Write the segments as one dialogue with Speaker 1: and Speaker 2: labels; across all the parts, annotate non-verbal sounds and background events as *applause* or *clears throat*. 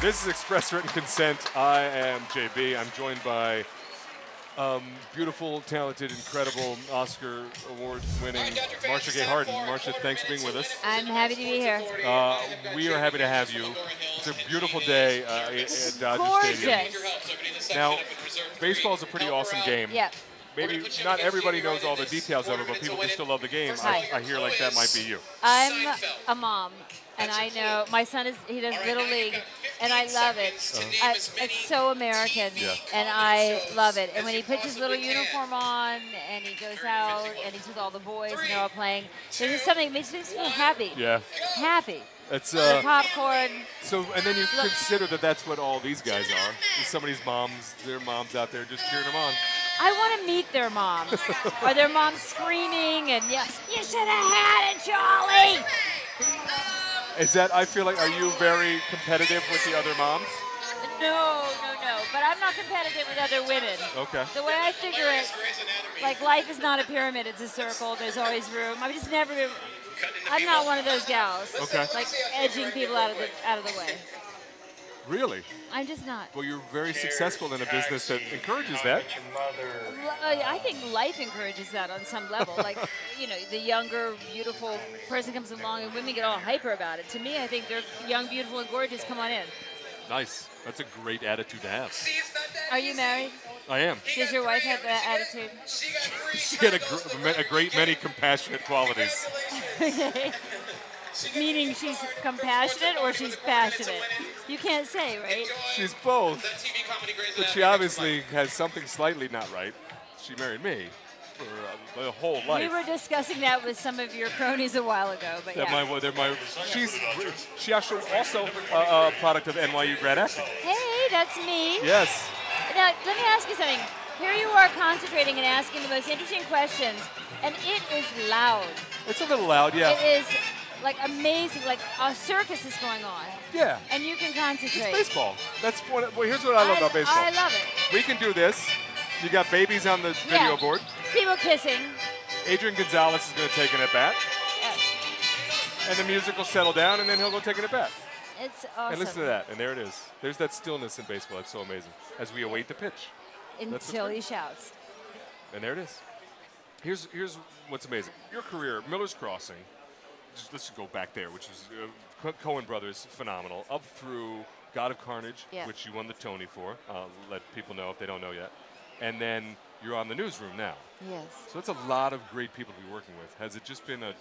Speaker 1: This is Express Written Consent. I am JB. I'm joined by um, beautiful, talented, incredible Oscar award winning Marsha Gay Harden. Marsha, thanks for being with us.
Speaker 2: I'm happy to be here.
Speaker 1: Uh, we are happy to have you. It's a beautiful day uh, at at Dodger Stadium.
Speaker 2: Gorgeous.
Speaker 1: Now, baseball is a pretty awesome game.
Speaker 2: Yep.
Speaker 1: Maybe not everybody knows all the details of it, but people can still love the game. I,
Speaker 2: Right.
Speaker 1: I hear like that might be you.
Speaker 2: I'm a mom, and I know my son is he does little league, and I love it. I- it's so American,
Speaker 1: Yeah.
Speaker 2: and I love it. And when he puts his little uniform on, and he goes out, and he's with all the boys, and they're all playing. There's just something makes me feel happy.
Speaker 1: Yeah.
Speaker 2: Happy.
Speaker 1: It's
Speaker 2: The
Speaker 1: uh,
Speaker 2: popcorn.
Speaker 1: So, and then you consider that that's what all these guys are. It's Somebody's moms, their moms out there just cheering them on.
Speaker 2: I want to meet their moms, or their moms screaming, and yes, you should have had it, Charlie.
Speaker 1: Is that, I feel like, are you very competitive with the other moms?
Speaker 2: No, no, no. But I'm not competitive with other women.
Speaker 1: Okay.
Speaker 2: The way I figure it, like life is not a pyramid; it's a circle. There's always room. I'm just never. I'm not one of those gals.
Speaker 1: Okay.
Speaker 2: Like edging people out of the out of the way.
Speaker 1: Really?
Speaker 2: I'm just not.
Speaker 1: Well, you're very successful in a business that encourages that.
Speaker 2: Li- uh, I think life encourages that on some level. Like, you know, the younger, beautiful person comes along, and women get all hyper about it. To me, I think they're young, beautiful, and gorgeous. Come on in.
Speaker 1: Nice. That's a great attitude to have.
Speaker 2: Are you married?
Speaker 1: I am.
Speaker 2: Does your wife have that attitude?
Speaker 1: She had a, gr- a great many compassionate qualities.
Speaker 2: *laughs* Meaning she's compassionate or she's passionate. You can't say, right?
Speaker 1: She's both, but she obviously has something slightly not right. She married me for uh, the whole life.
Speaker 2: We were discussing that with some of your cronies a while ago, but
Speaker 1: That
Speaker 2: yeah.
Speaker 1: my, that my, she's she actually also a, a product of NYU grad acting.
Speaker 2: Hey, that's me.
Speaker 1: Yes.
Speaker 2: Now, let me ask you something. Here you are concentrating and asking the most interesting questions, and it is loud.
Speaker 1: It's a little loud, yeah.
Speaker 2: It is like amazing, like a circus is going on,
Speaker 1: Yeah.
Speaker 2: and you can
Speaker 1: It's
Speaker 2: concentrate.
Speaker 1: baseball. That's what, well, here's what I love about baseball.
Speaker 2: I love it.
Speaker 1: we can do this. You got babies on the video
Speaker 2: Yeah.
Speaker 1: board.
Speaker 2: People kissing.
Speaker 1: Adrian Gonzalez is going to take an at bat,
Speaker 2: Uh,
Speaker 1: and the music will settle down, and then he'll go take an at bat.
Speaker 2: It's awesome.
Speaker 1: And listen to that, and there it is. There's that stillness in baseball. It's so amazing as we await the pitch. what's
Speaker 2: Until he shouts.
Speaker 1: And there it is. Here's here's what's amazing. Your career, Miller's Crossing. Just, let's just go back there, which is uh, Cohen Brothers, phenomenal. Up through God of Carnage,
Speaker 2: Yeah.
Speaker 1: which you won the Tony for. I'll let people know if they don't know yet. And then you're on the newsroom now.
Speaker 2: Yes.
Speaker 1: So that's a lot of great people to be working with. Has it just been a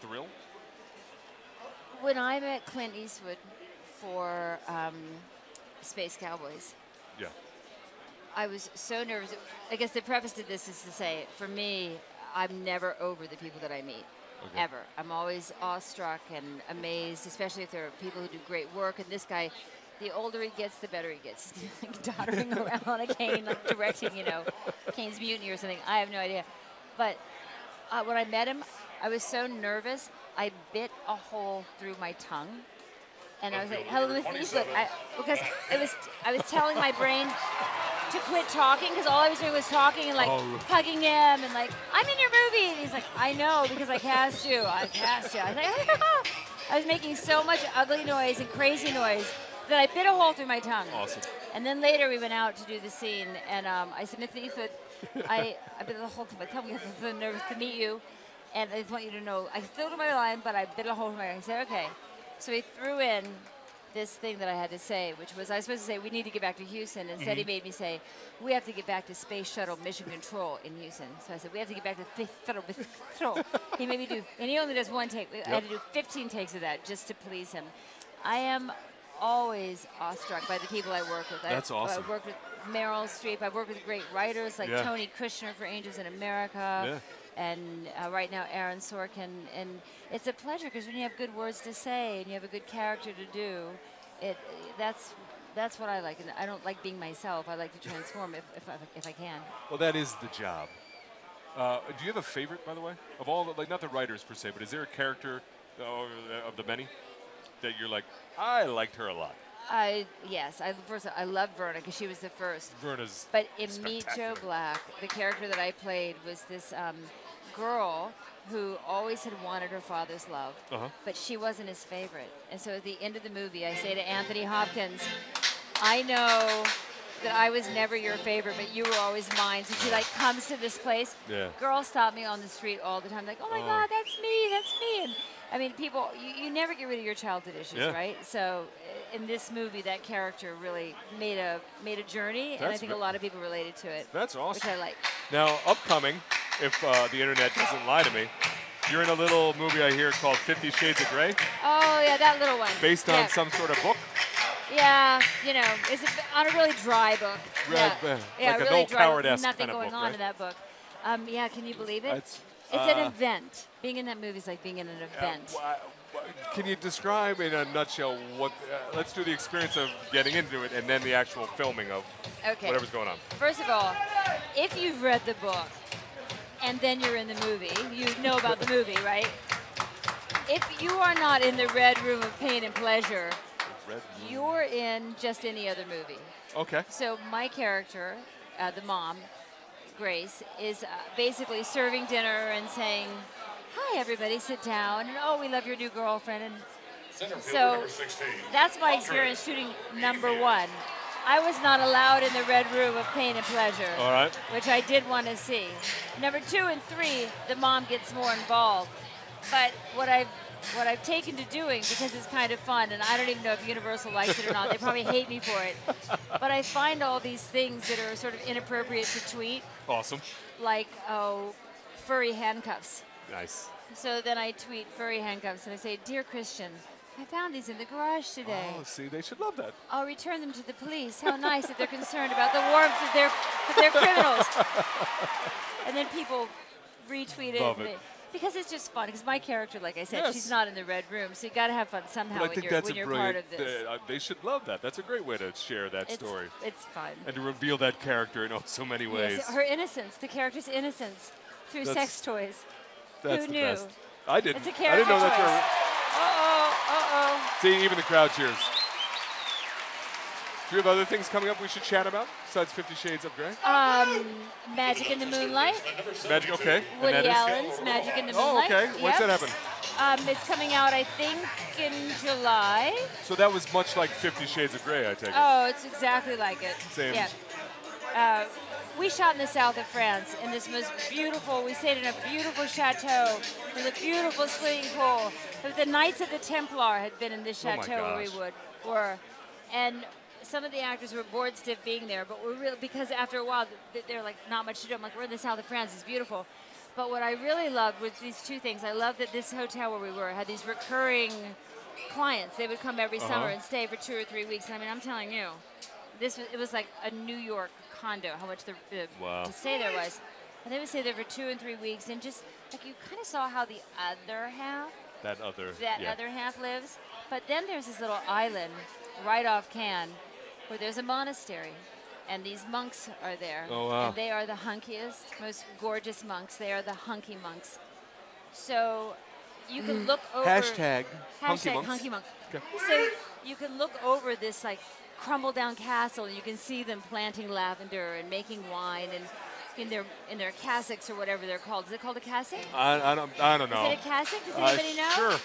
Speaker 1: thrill?
Speaker 2: When I met Clint Eastwood for um, Space Cowboys,
Speaker 1: Yeah.
Speaker 2: I was so nervous. I guess the preface to this is to say, for me, I'm never over the people that I meet.
Speaker 1: Okay.
Speaker 2: Ever. I'm always awestruck and amazed, especially if there are people who do great work. And this guy, the older he gets, the better he gets. *laughs* He's like doddering around on a cane, like directing, you know, Kane's Mutiny or something. I have no idea. But uh, when I met him, I was so nervous. I bit a hole through my tongue, and I was like, "Hello, Miss Eastwood," I, because it was I was telling my brain to quit talking because all I was doing was talking and like
Speaker 1: Oh.
Speaker 2: hugging him and like, "I'm in your movie," and he's like, "I know because I cast you. I cast you." I was like, *laughs* I was making so much ugly noise and crazy noise that I bit a hole through my tongue.
Speaker 1: Awesome.
Speaker 2: And then later we went out to do the scene, and um, I said, Mr. Eastwood, I, I've been the whole time, I tell you, I'm so nervous to meet you, and I just want you to know, I still do my line, but I bit a hole in my eye. He said, okay. So he threw in this thing that I had to say, which was, I was supposed to say, we need to get back to Houston.
Speaker 1: Mm-hmm.
Speaker 2: Instead, he made me say, we have to get back to Space Shuttle Mission Control in Houston. So I said, we have to get back to Space Shuttle Mission Control.
Speaker 1: *laughs*
Speaker 2: he made me do, and he only does one take. I had to do 15 takes of that just to please him. I am always awestruck by the people I work with. I-
Speaker 1: That's awesome.
Speaker 2: I worked with Meryl Streep. I've worked with great writers like
Speaker 1: Yeah.
Speaker 2: Tony Kushner for Angels in America. And uh, right now, Aaron Sorkin. And it's a pleasure because when you have good words to say and you have a good character to do, it that's that's what I like. And I don't like being myself. I like to transform if, if, I, if I can.
Speaker 1: Well, that is the job. Uh, do you have a favorite, by the way, of all the, like not the writers per se, but is there a character uh, of the many that you're like, I liked her a lot?
Speaker 2: I yes. I first of all, I love Verna because she was the first.
Speaker 1: Verna's
Speaker 2: But in Meet Joe
Speaker 1: Spectacular.
Speaker 2: Black, the character that I played was this um, girl who always had wanted her father's love,
Speaker 1: Uh-huh.
Speaker 2: but she wasn't his favorite. And so at the end of the movie, I say to Anthony Hopkins, I know that I was never your favorite, but you were always mine. So she like comes to this place.
Speaker 1: Yeah.
Speaker 2: Girls stop me on the street all the time, like, oh my
Speaker 1: Oh.
Speaker 2: God, that's me, that's me. And I mean, people, you, you never get rid of your childhood issues,
Speaker 1: Yeah.
Speaker 2: right? So uh, in this movie, that character really made a made a journey, and I
Speaker 1: That's
Speaker 2: think a
Speaker 1: ve-
Speaker 2: lot of people related to it,
Speaker 1: That's
Speaker 2: which
Speaker 1: awesome.
Speaker 2: I like.
Speaker 1: Now, upcoming, if uh, the internet doesn't lie to me, you're in a little movie I hear called Fifty Shades of Grey,
Speaker 2: Oh yeah, that little one.
Speaker 1: based on
Speaker 2: Yeah.
Speaker 1: some sort of book.
Speaker 2: Yeah, you know, it's a, on a really dry book.
Speaker 1: Right,
Speaker 2: yeah,
Speaker 1: uh,
Speaker 2: yeah
Speaker 1: like a
Speaker 2: really
Speaker 1: Noel
Speaker 2: dry.
Speaker 1: Coward-esque
Speaker 2: nothing
Speaker 1: kind of
Speaker 2: going
Speaker 1: book,
Speaker 2: on
Speaker 1: right?
Speaker 2: in that book. Um, yeah, can you believe it?
Speaker 1: That's,
Speaker 2: it's an
Speaker 1: uh,
Speaker 2: event. Being in that movie is like being in an event.
Speaker 1: Uh, wha- wha- Can you describe in a nutshell what? Uh, let's do the experience of getting into it, and then the actual filming of
Speaker 2: Okay.
Speaker 1: whatever's going on.
Speaker 2: First of all, if you've read the book and then you're in the movie, you know about the movie, right? If you are not in the red room of pain and pleasure, you're in just any other movie.
Speaker 1: Okay.
Speaker 2: So my character, uh, the mom, Grace, is uh, basically serving dinner and saying, "Hi, everybody, sit down," and "Oh, we love your new girlfriend." And so that's my experience shooting number one. I was not allowed in the red room of pain and pleasure,
Speaker 1: All right.
Speaker 2: which I did want to see. Number two and three, the mom gets more involved. But what I've what I've taken to doing because it's kind of fun, and I don't even know if Universal likes it or not. They probably
Speaker 1: *laughs*
Speaker 2: hate me for it. But I find all these things that are sort of inappropriate to tweet,
Speaker 1: Awesome.
Speaker 2: like oh, furry handcuffs.
Speaker 1: Nice.
Speaker 2: So then I tweet furry handcuffs and I say, Dear Christian, I found these in the garage today.
Speaker 1: Oh, see, they should love that.
Speaker 2: I'll return them to the police. How nice that they're concerned about the warmth of their, of
Speaker 1: *laughs*
Speaker 2: their criminals. and then people retweet it.
Speaker 1: Love
Speaker 2: and
Speaker 1: it.
Speaker 2: they- Because it's just fun. Because my character, like I said, she's
Speaker 1: Yes.
Speaker 2: not in the red room, so you got to have fun somehow
Speaker 1: But I
Speaker 2: when
Speaker 1: think
Speaker 2: you're,
Speaker 1: that's a
Speaker 2: when you're part of
Speaker 1: brilliant.
Speaker 2: this.
Speaker 1: uh, they should love that. That's a great way to share that
Speaker 2: it's,
Speaker 1: story
Speaker 2: it's fun.
Speaker 1: and to reveal that character in oh, so many ways.
Speaker 2: Yes, her innocence, the character's innocence through
Speaker 1: That's-
Speaker 2: sex toys.
Speaker 1: that's
Speaker 2: who
Speaker 1: the
Speaker 2: knew?
Speaker 1: best. I didn't.
Speaker 2: It's
Speaker 1: I didn't know
Speaker 2: a character
Speaker 1: that's
Speaker 2: choice.
Speaker 1: where.
Speaker 2: Uh oh, uh oh.
Speaker 1: See, even the crowd cheers. Do you have other things coming up we should chat about besides Fifty Shades of Grey?
Speaker 2: Um, Magic in the Moonlight,
Speaker 1: Magic, okay. and that
Speaker 2: Woody
Speaker 1: is-
Speaker 2: Allen's Magic in the
Speaker 1: Oh,
Speaker 2: Moonlight.
Speaker 1: okay. When's that
Speaker 2: Yep.
Speaker 1: happen?
Speaker 2: Um, it's coming out, I think, in July.
Speaker 1: So that was much like Fifty Shades of Grey, I take it.
Speaker 2: Oh, it's exactly like it.
Speaker 1: Same.
Speaker 2: Yeah. Uh, we shot in the south of France in this most beautiful, we stayed in a beautiful chateau with a beautiful swimming pool. But the Knights of the Templar had been in this
Speaker 1: Oh my
Speaker 2: chateau where we
Speaker 1: gosh.
Speaker 2: would, were. And some of the actors were bored stiff being there, but we're really, because after a while, th- they're like, not much to do. I'm like, we're in the south of France, it's beautiful. But what I really loved was these two things. I loved that this hotel where we were had these recurring clients. They would come every summer and stay for two or three weeks. I mean, I'm telling you, this was, it was like a New York condo. How much the, the
Speaker 1: Wow.
Speaker 2: to stay there was, and they would stay there for two and three weeks, and just like you kind of saw how the other half,
Speaker 1: That other.
Speaker 2: that
Speaker 1: yeah.
Speaker 2: other half lives. But then there's this little island right off Cannes where there's a monastery. And these monks are there.
Speaker 1: Oh, wow.
Speaker 2: And they are the hunkiest, most gorgeous monks. They are the hunky monks. So you can look over.
Speaker 1: Mm. Hashtag hunky
Speaker 2: Hashtag
Speaker 1: monks.
Speaker 2: hunky monk.
Speaker 1: Okay.
Speaker 2: So you can look over this like crumbled down castle and you can see them planting lavender and making wine and in their in their cassocks or whatever they're called. Is it called a cassock?
Speaker 1: I, I don't. I don't know.
Speaker 2: Is it a cassock? Does
Speaker 1: Uh,
Speaker 2: anybody know?
Speaker 1: Sure. Uh,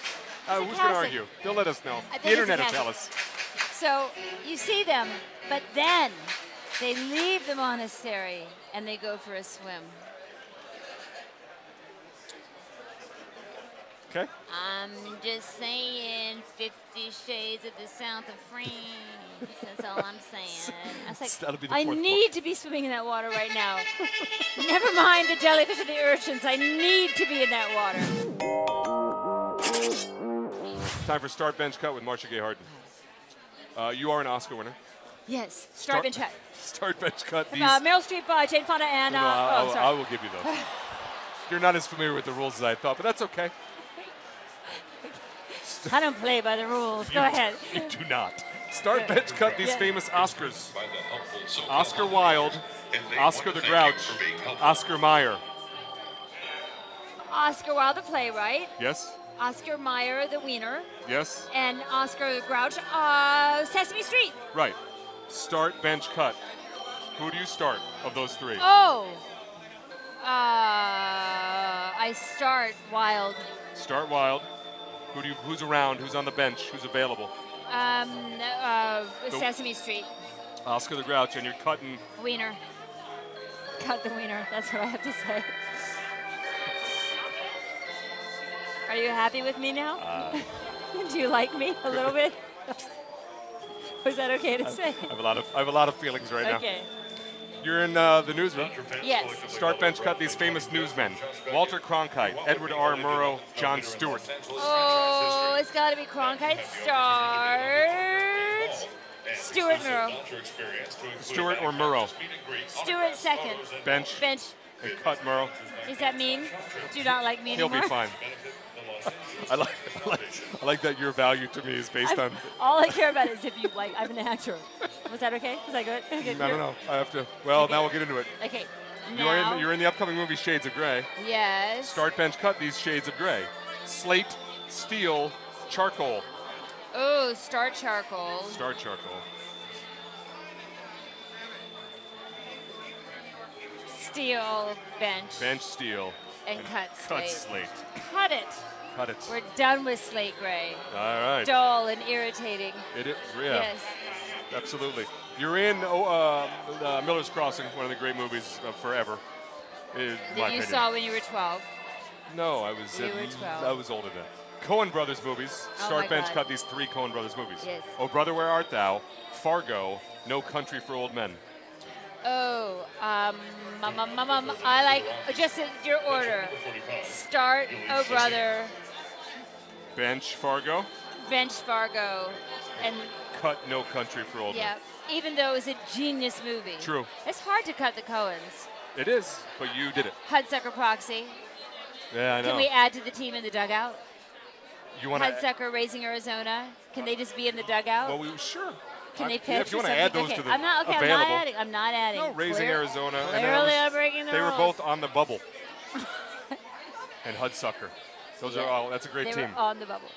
Speaker 2: a
Speaker 1: who's going to
Speaker 2: cassock.
Speaker 1: argue? They'll let us know.
Speaker 2: I think
Speaker 1: The
Speaker 2: it's a
Speaker 1: internet will
Speaker 2: cassock.
Speaker 1: tell us.
Speaker 2: So you see them, but then they leave the monastery and they go for a swim.
Speaker 1: Okay.
Speaker 2: I'm just saying, Fifty Shades of the South of France. That's all I'm *laughs* saying. I was like,
Speaker 1: That'll be the
Speaker 2: I
Speaker 1: fourth one.
Speaker 2: need to be swimming in that water right now. *laughs* Never mind the jellyfish and the urchins. I need to be in that water.
Speaker 1: Time for start, bench, cut with Marcia Gay Harden. Uh, you are an Oscar winner. *laughs*
Speaker 2: Yes, stripe and check.
Speaker 1: Start, bench, cut. These.
Speaker 2: Uh, Meryl Streep, uh, Jane Fonda, and
Speaker 1: no,
Speaker 2: uh,
Speaker 1: I,
Speaker 2: oh,
Speaker 1: I-
Speaker 2: sorry.
Speaker 1: I will give you
Speaker 2: *laughs*
Speaker 1: those. You're not as familiar with the rules as I thought, but that's okay.
Speaker 2: I don't play by the rules. Go ahead.
Speaker 1: *laughs* You do not. Start, bench, cut these
Speaker 2: Yeah.
Speaker 1: famous Oscars.
Speaker 3: by the helpful so-called
Speaker 1: Oscar Wilde,
Speaker 3: And they
Speaker 1: Oscar
Speaker 3: want
Speaker 1: the
Speaker 3: to thank
Speaker 1: Grouch,
Speaker 3: you for being helpful.
Speaker 1: Oscar Meyer.
Speaker 2: Oscar Wilde, the playwright.
Speaker 1: Yes?
Speaker 2: Oscar Meyer, the wiener.
Speaker 1: Yes?
Speaker 2: And Oscar the Grouch, uh, Sesame Street.
Speaker 1: Right. Start, bench, cut. Who do you start of those three?
Speaker 2: Oh, Uh, I start wild.
Speaker 1: Start wild. Who do you, who's around? Who's on the bench? Who's available?
Speaker 2: Um, uh,
Speaker 1: The-
Speaker 2: Sesame Street.
Speaker 1: Oscar the Grouch, and you're cutting.
Speaker 2: Wiener. Cut the wiener. That's what I have to say. Are you happy with me now? *laughs* Do you like me a little bit? Was that okay to say?
Speaker 1: I have a lot of I have a lot of feelings right
Speaker 2: Okay.
Speaker 1: now. You're in uh, the newsroom.
Speaker 2: Yes.
Speaker 1: Start bench cut these famous newsmen: Walter Cronkite, Edward R. Murrow, John Stewart.
Speaker 2: Oh, it's got to be Cronkite start. Stewart Murrow.
Speaker 1: Stewart or Murrow?
Speaker 2: Stewart second.
Speaker 1: Bench
Speaker 2: Bench.
Speaker 1: and cut Murrow.
Speaker 2: Is that mean? Do you not like me
Speaker 1: He'll
Speaker 2: anymore?
Speaker 1: be fine. *laughs* I like, I like I like that your value to me is based
Speaker 2: I'm-
Speaker 1: on.
Speaker 2: all *laughs* I care about is if you like. I'm an actor. Was that okay? Was that good?
Speaker 1: *laughs*
Speaker 2: Okay,
Speaker 1: I don't know. I have to. Well, now we'll get into it.
Speaker 2: Okay.
Speaker 1: You are
Speaker 2: Now,
Speaker 1: in, you're in the upcoming movie Shades of Grey.
Speaker 2: yes.
Speaker 1: Start bench cut these Shades of Grey: slate, steel, charcoal.
Speaker 2: Oh, star charcoal.
Speaker 1: Star charcoal.
Speaker 2: Steel bench,
Speaker 1: Bench steel.
Speaker 2: and cut
Speaker 1: Cut
Speaker 2: slate.
Speaker 1: slate.
Speaker 2: Cut it.
Speaker 1: Cut it.
Speaker 2: We're done with slate gray.
Speaker 1: All right.
Speaker 2: Dull and irritating.
Speaker 1: It is, yeah,
Speaker 2: Yes.
Speaker 1: absolutely. You're in oh, uh, uh, Miller's Crossing, one of the great movies of forever. In my
Speaker 2: That you
Speaker 1: opinion.
Speaker 2: saw when you were 12.
Speaker 1: No, I was
Speaker 2: You
Speaker 1: at-
Speaker 2: were 12.
Speaker 1: I was older then. Cohen Brothers movies.
Speaker 2: Oh
Speaker 1: Start
Speaker 2: my
Speaker 1: bench
Speaker 2: God.
Speaker 1: cut these three Cohen Brothers movies.
Speaker 2: Yes.
Speaker 1: Oh brother, where art thou? Fargo. No Country for Old Men.
Speaker 2: Oh, um, mum, mum, mum, mum, I like just in your order. Start, oh brother,
Speaker 1: Bench Fargo.
Speaker 2: bench Fargo, and
Speaker 1: Cut No Country for Old
Speaker 2: yeah. Even though it was a genius movie.
Speaker 1: True.
Speaker 2: It's hard to cut the Cohens.
Speaker 1: Men. It is, but you did it.
Speaker 2: Hudsucker Proxy.
Speaker 1: Yeah, I know.
Speaker 2: Can we add to the team in the dugout?
Speaker 1: you want to?
Speaker 2: Hudsucker Raising Arizona. Can they just be in the dugout?
Speaker 1: Well, we sure.
Speaker 2: Can
Speaker 1: I-
Speaker 2: they
Speaker 1: yeah,
Speaker 2: pitch?
Speaker 1: if you
Speaker 2: or
Speaker 1: want to add
Speaker 2: something?
Speaker 1: those to
Speaker 2: okay.
Speaker 1: the
Speaker 2: I'm not, okay,
Speaker 1: available.
Speaker 2: I'm not adding. I'm not adding.
Speaker 1: No, raising
Speaker 2: Clear-
Speaker 1: Arizona. and then
Speaker 2: Clearly,
Speaker 1: I
Speaker 2: I'm
Speaker 1: was-
Speaker 2: breaking the
Speaker 1: They were
Speaker 2: rules.
Speaker 1: both on the
Speaker 2: *laughs*
Speaker 1: bubble. and Hudsucker. Those
Speaker 2: Yeah.
Speaker 1: are all. That's a great
Speaker 2: They
Speaker 1: team.
Speaker 2: were on the bubble.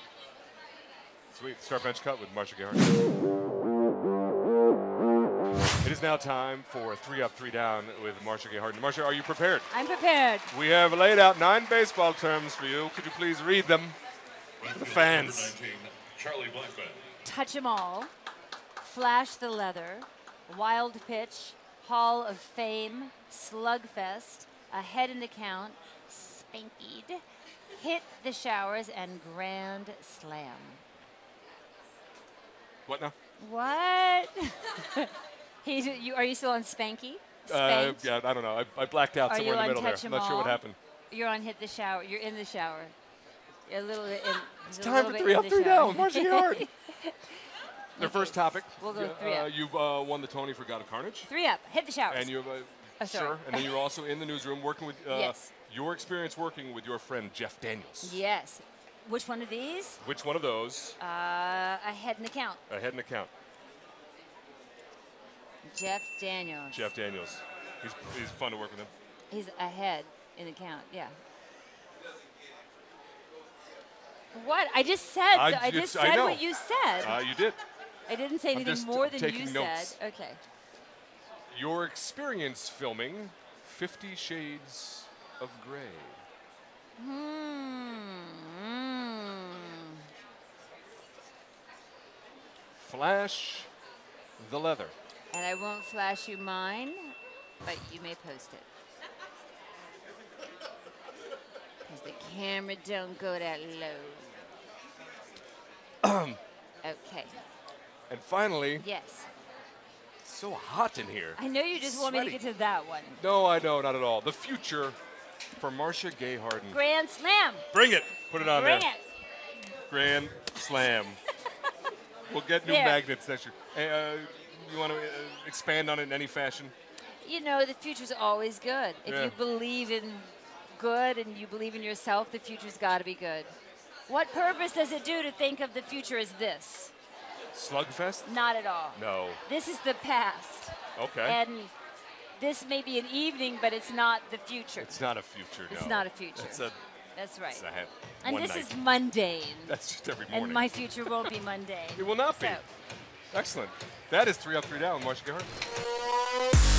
Speaker 1: Sweet. Start bench cut with Marsha Garrett. It is now time for three up, three down with Marsha Gay Harden. Marsha, are you prepared?
Speaker 2: I'm prepared.
Speaker 1: We have laid out nine baseball terms for you. Could you please read them? The fans.
Speaker 3: Charlie Blackman.
Speaker 2: Touch 'em all, flash the leather, wild pitch, Hall of Fame, slugfest, ahead in the count, spankied, hit the showers, and grand slam.
Speaker 1: What now?
Speaker 2: What? *laughs* He's, you, are you still on spanky?
Speaker 1: Uh,
Speaker 2: Spanked?
Speaker 1: yeah, I don't know. I, I blacked out
Speaker 2: Are
Speaker 1: somewhere
Speaker 2: you
Speaker 1: in the middle
Speaker 2: on
Speaker 1: there.
Speaker 2: touch
Speaker 1: I'm
Speaker 2: 'em
Speaker 1: not sure what
Speaker 2: all?
Speaker 1: happened.
Speaker 2: You're on hit the shower. You're in the shower. You're a little bit in. It's
Speaker 1: Time for three up, three down with
Speaker 2: *laughs*
Speaker 1: Marsha Gay Harden. Their first topic.
Speaker 2: We'll go
Speaker 1: Yeah,
Speaker 2: three
Speaker 1: uh,
Speaker 2: up.
Speaker 1: You've uh, won the Tony for God of Carnage.
Speaker 2: Three up. Hit the shower.
Speaker 1: And you have a
Speaker 2: Oh, sorry.
Speaker 1: sure. And then you're also in the newsroom working with uh,
Speaker 2: Yes.
Speaker 1: your experience working with your friend Jeff Daniels.
Speaker 2: Yes. Which one of these?
Speaker 1: Which one of those?
Speaker 2: Uh, ahead in the count.
Speaker 1: I had an account.
Speaker 2: Jeff Daniels.
Speaker 1: Jeff Daniels. He's, he's fun to work with him.
Speaker 2: He's ahead in the count. Yeah. What? I just said.
Speaker 1: I-
Speaker 2: th- I,
Speaker 1: it's-
Speaker 2: just
Speaker 1: I
Speaker 2: said
Speaker 1: know.
Speaker 2: what you said.
Speaker 1: Uh, you did.
Speaker 2: I didn't say
Speaker 1: I'm
Speaker 2: anything
Speaker 1: just
Speaker 2: more than you
Speaker 1: taking notes.
Speaker 2: said. Okay.
Speaker 1: Your experience filming Fifty Shades of Grey.
Speaker 2: Hmm.
Speaker 1: Flash the leather.
Speaker 2: And I won't flash you mine, but you may post it. Because the camera don't go that low.
Speaker 1: *clears throat*
Speaker 2: okay.
Speaker 1: And finally,
Speaker 2: Yes.
Speaker 1: it's so hot in here.
Speaker 2: I know you just want me to
Speaker 1: Sweaty.
Speaker 2: get to that one.
Speaker 1: No, I know, not at all. The future for Marsha Gay Harden.
Speaker 2: Grand slam.
Speaker 1: Bring it. Put it on
Speaker 2: Bring
Speaker 1: there.
Speaker 2: it.
Speaker 1: Grand Slam.
Speaker 2: *laughs*
Speaker 1: we'll get new
Speaker 2: There.
Speaker 1: magnets next year. Hey, uh, you want to uh, expand on it in any fashion?
Speaker 2: You know, the future's always good. If
Speaker 1: Yeah.
Speaker 2: you believe in good and you believe in yourself, the future's got to be good. What purpose does it do to think of the future as this?
Speaker 1: Slugfest?
Speaker 2: Not at all.
Speaker 1: No.
Speaker 2: This is the past.
Speaker 1: Okay.
Speaker 2: And this may be an evening, but it's not the future.
Speaker 1: it's not a future.
Speaker 2: It's
Speaker 1: no.
Speaker 2: not a future.
Speaker 1: It's a.
Speaker 2: That's right.
Speaker 1: It's a ha-
Speaker 2: and
Speaker 1: one
Speaker 2: this
Speaker 1: night.
Speaker 2: is mundane.
Speaker 1: *laughs* That's just every morning.
Speaker 2: And my future won't be mundane.
Speaker 1: *laughs* it will not be.
Speaker 2: So-
Speaker 1: Excellent. That is three up, three down. Marsha Gay Harden.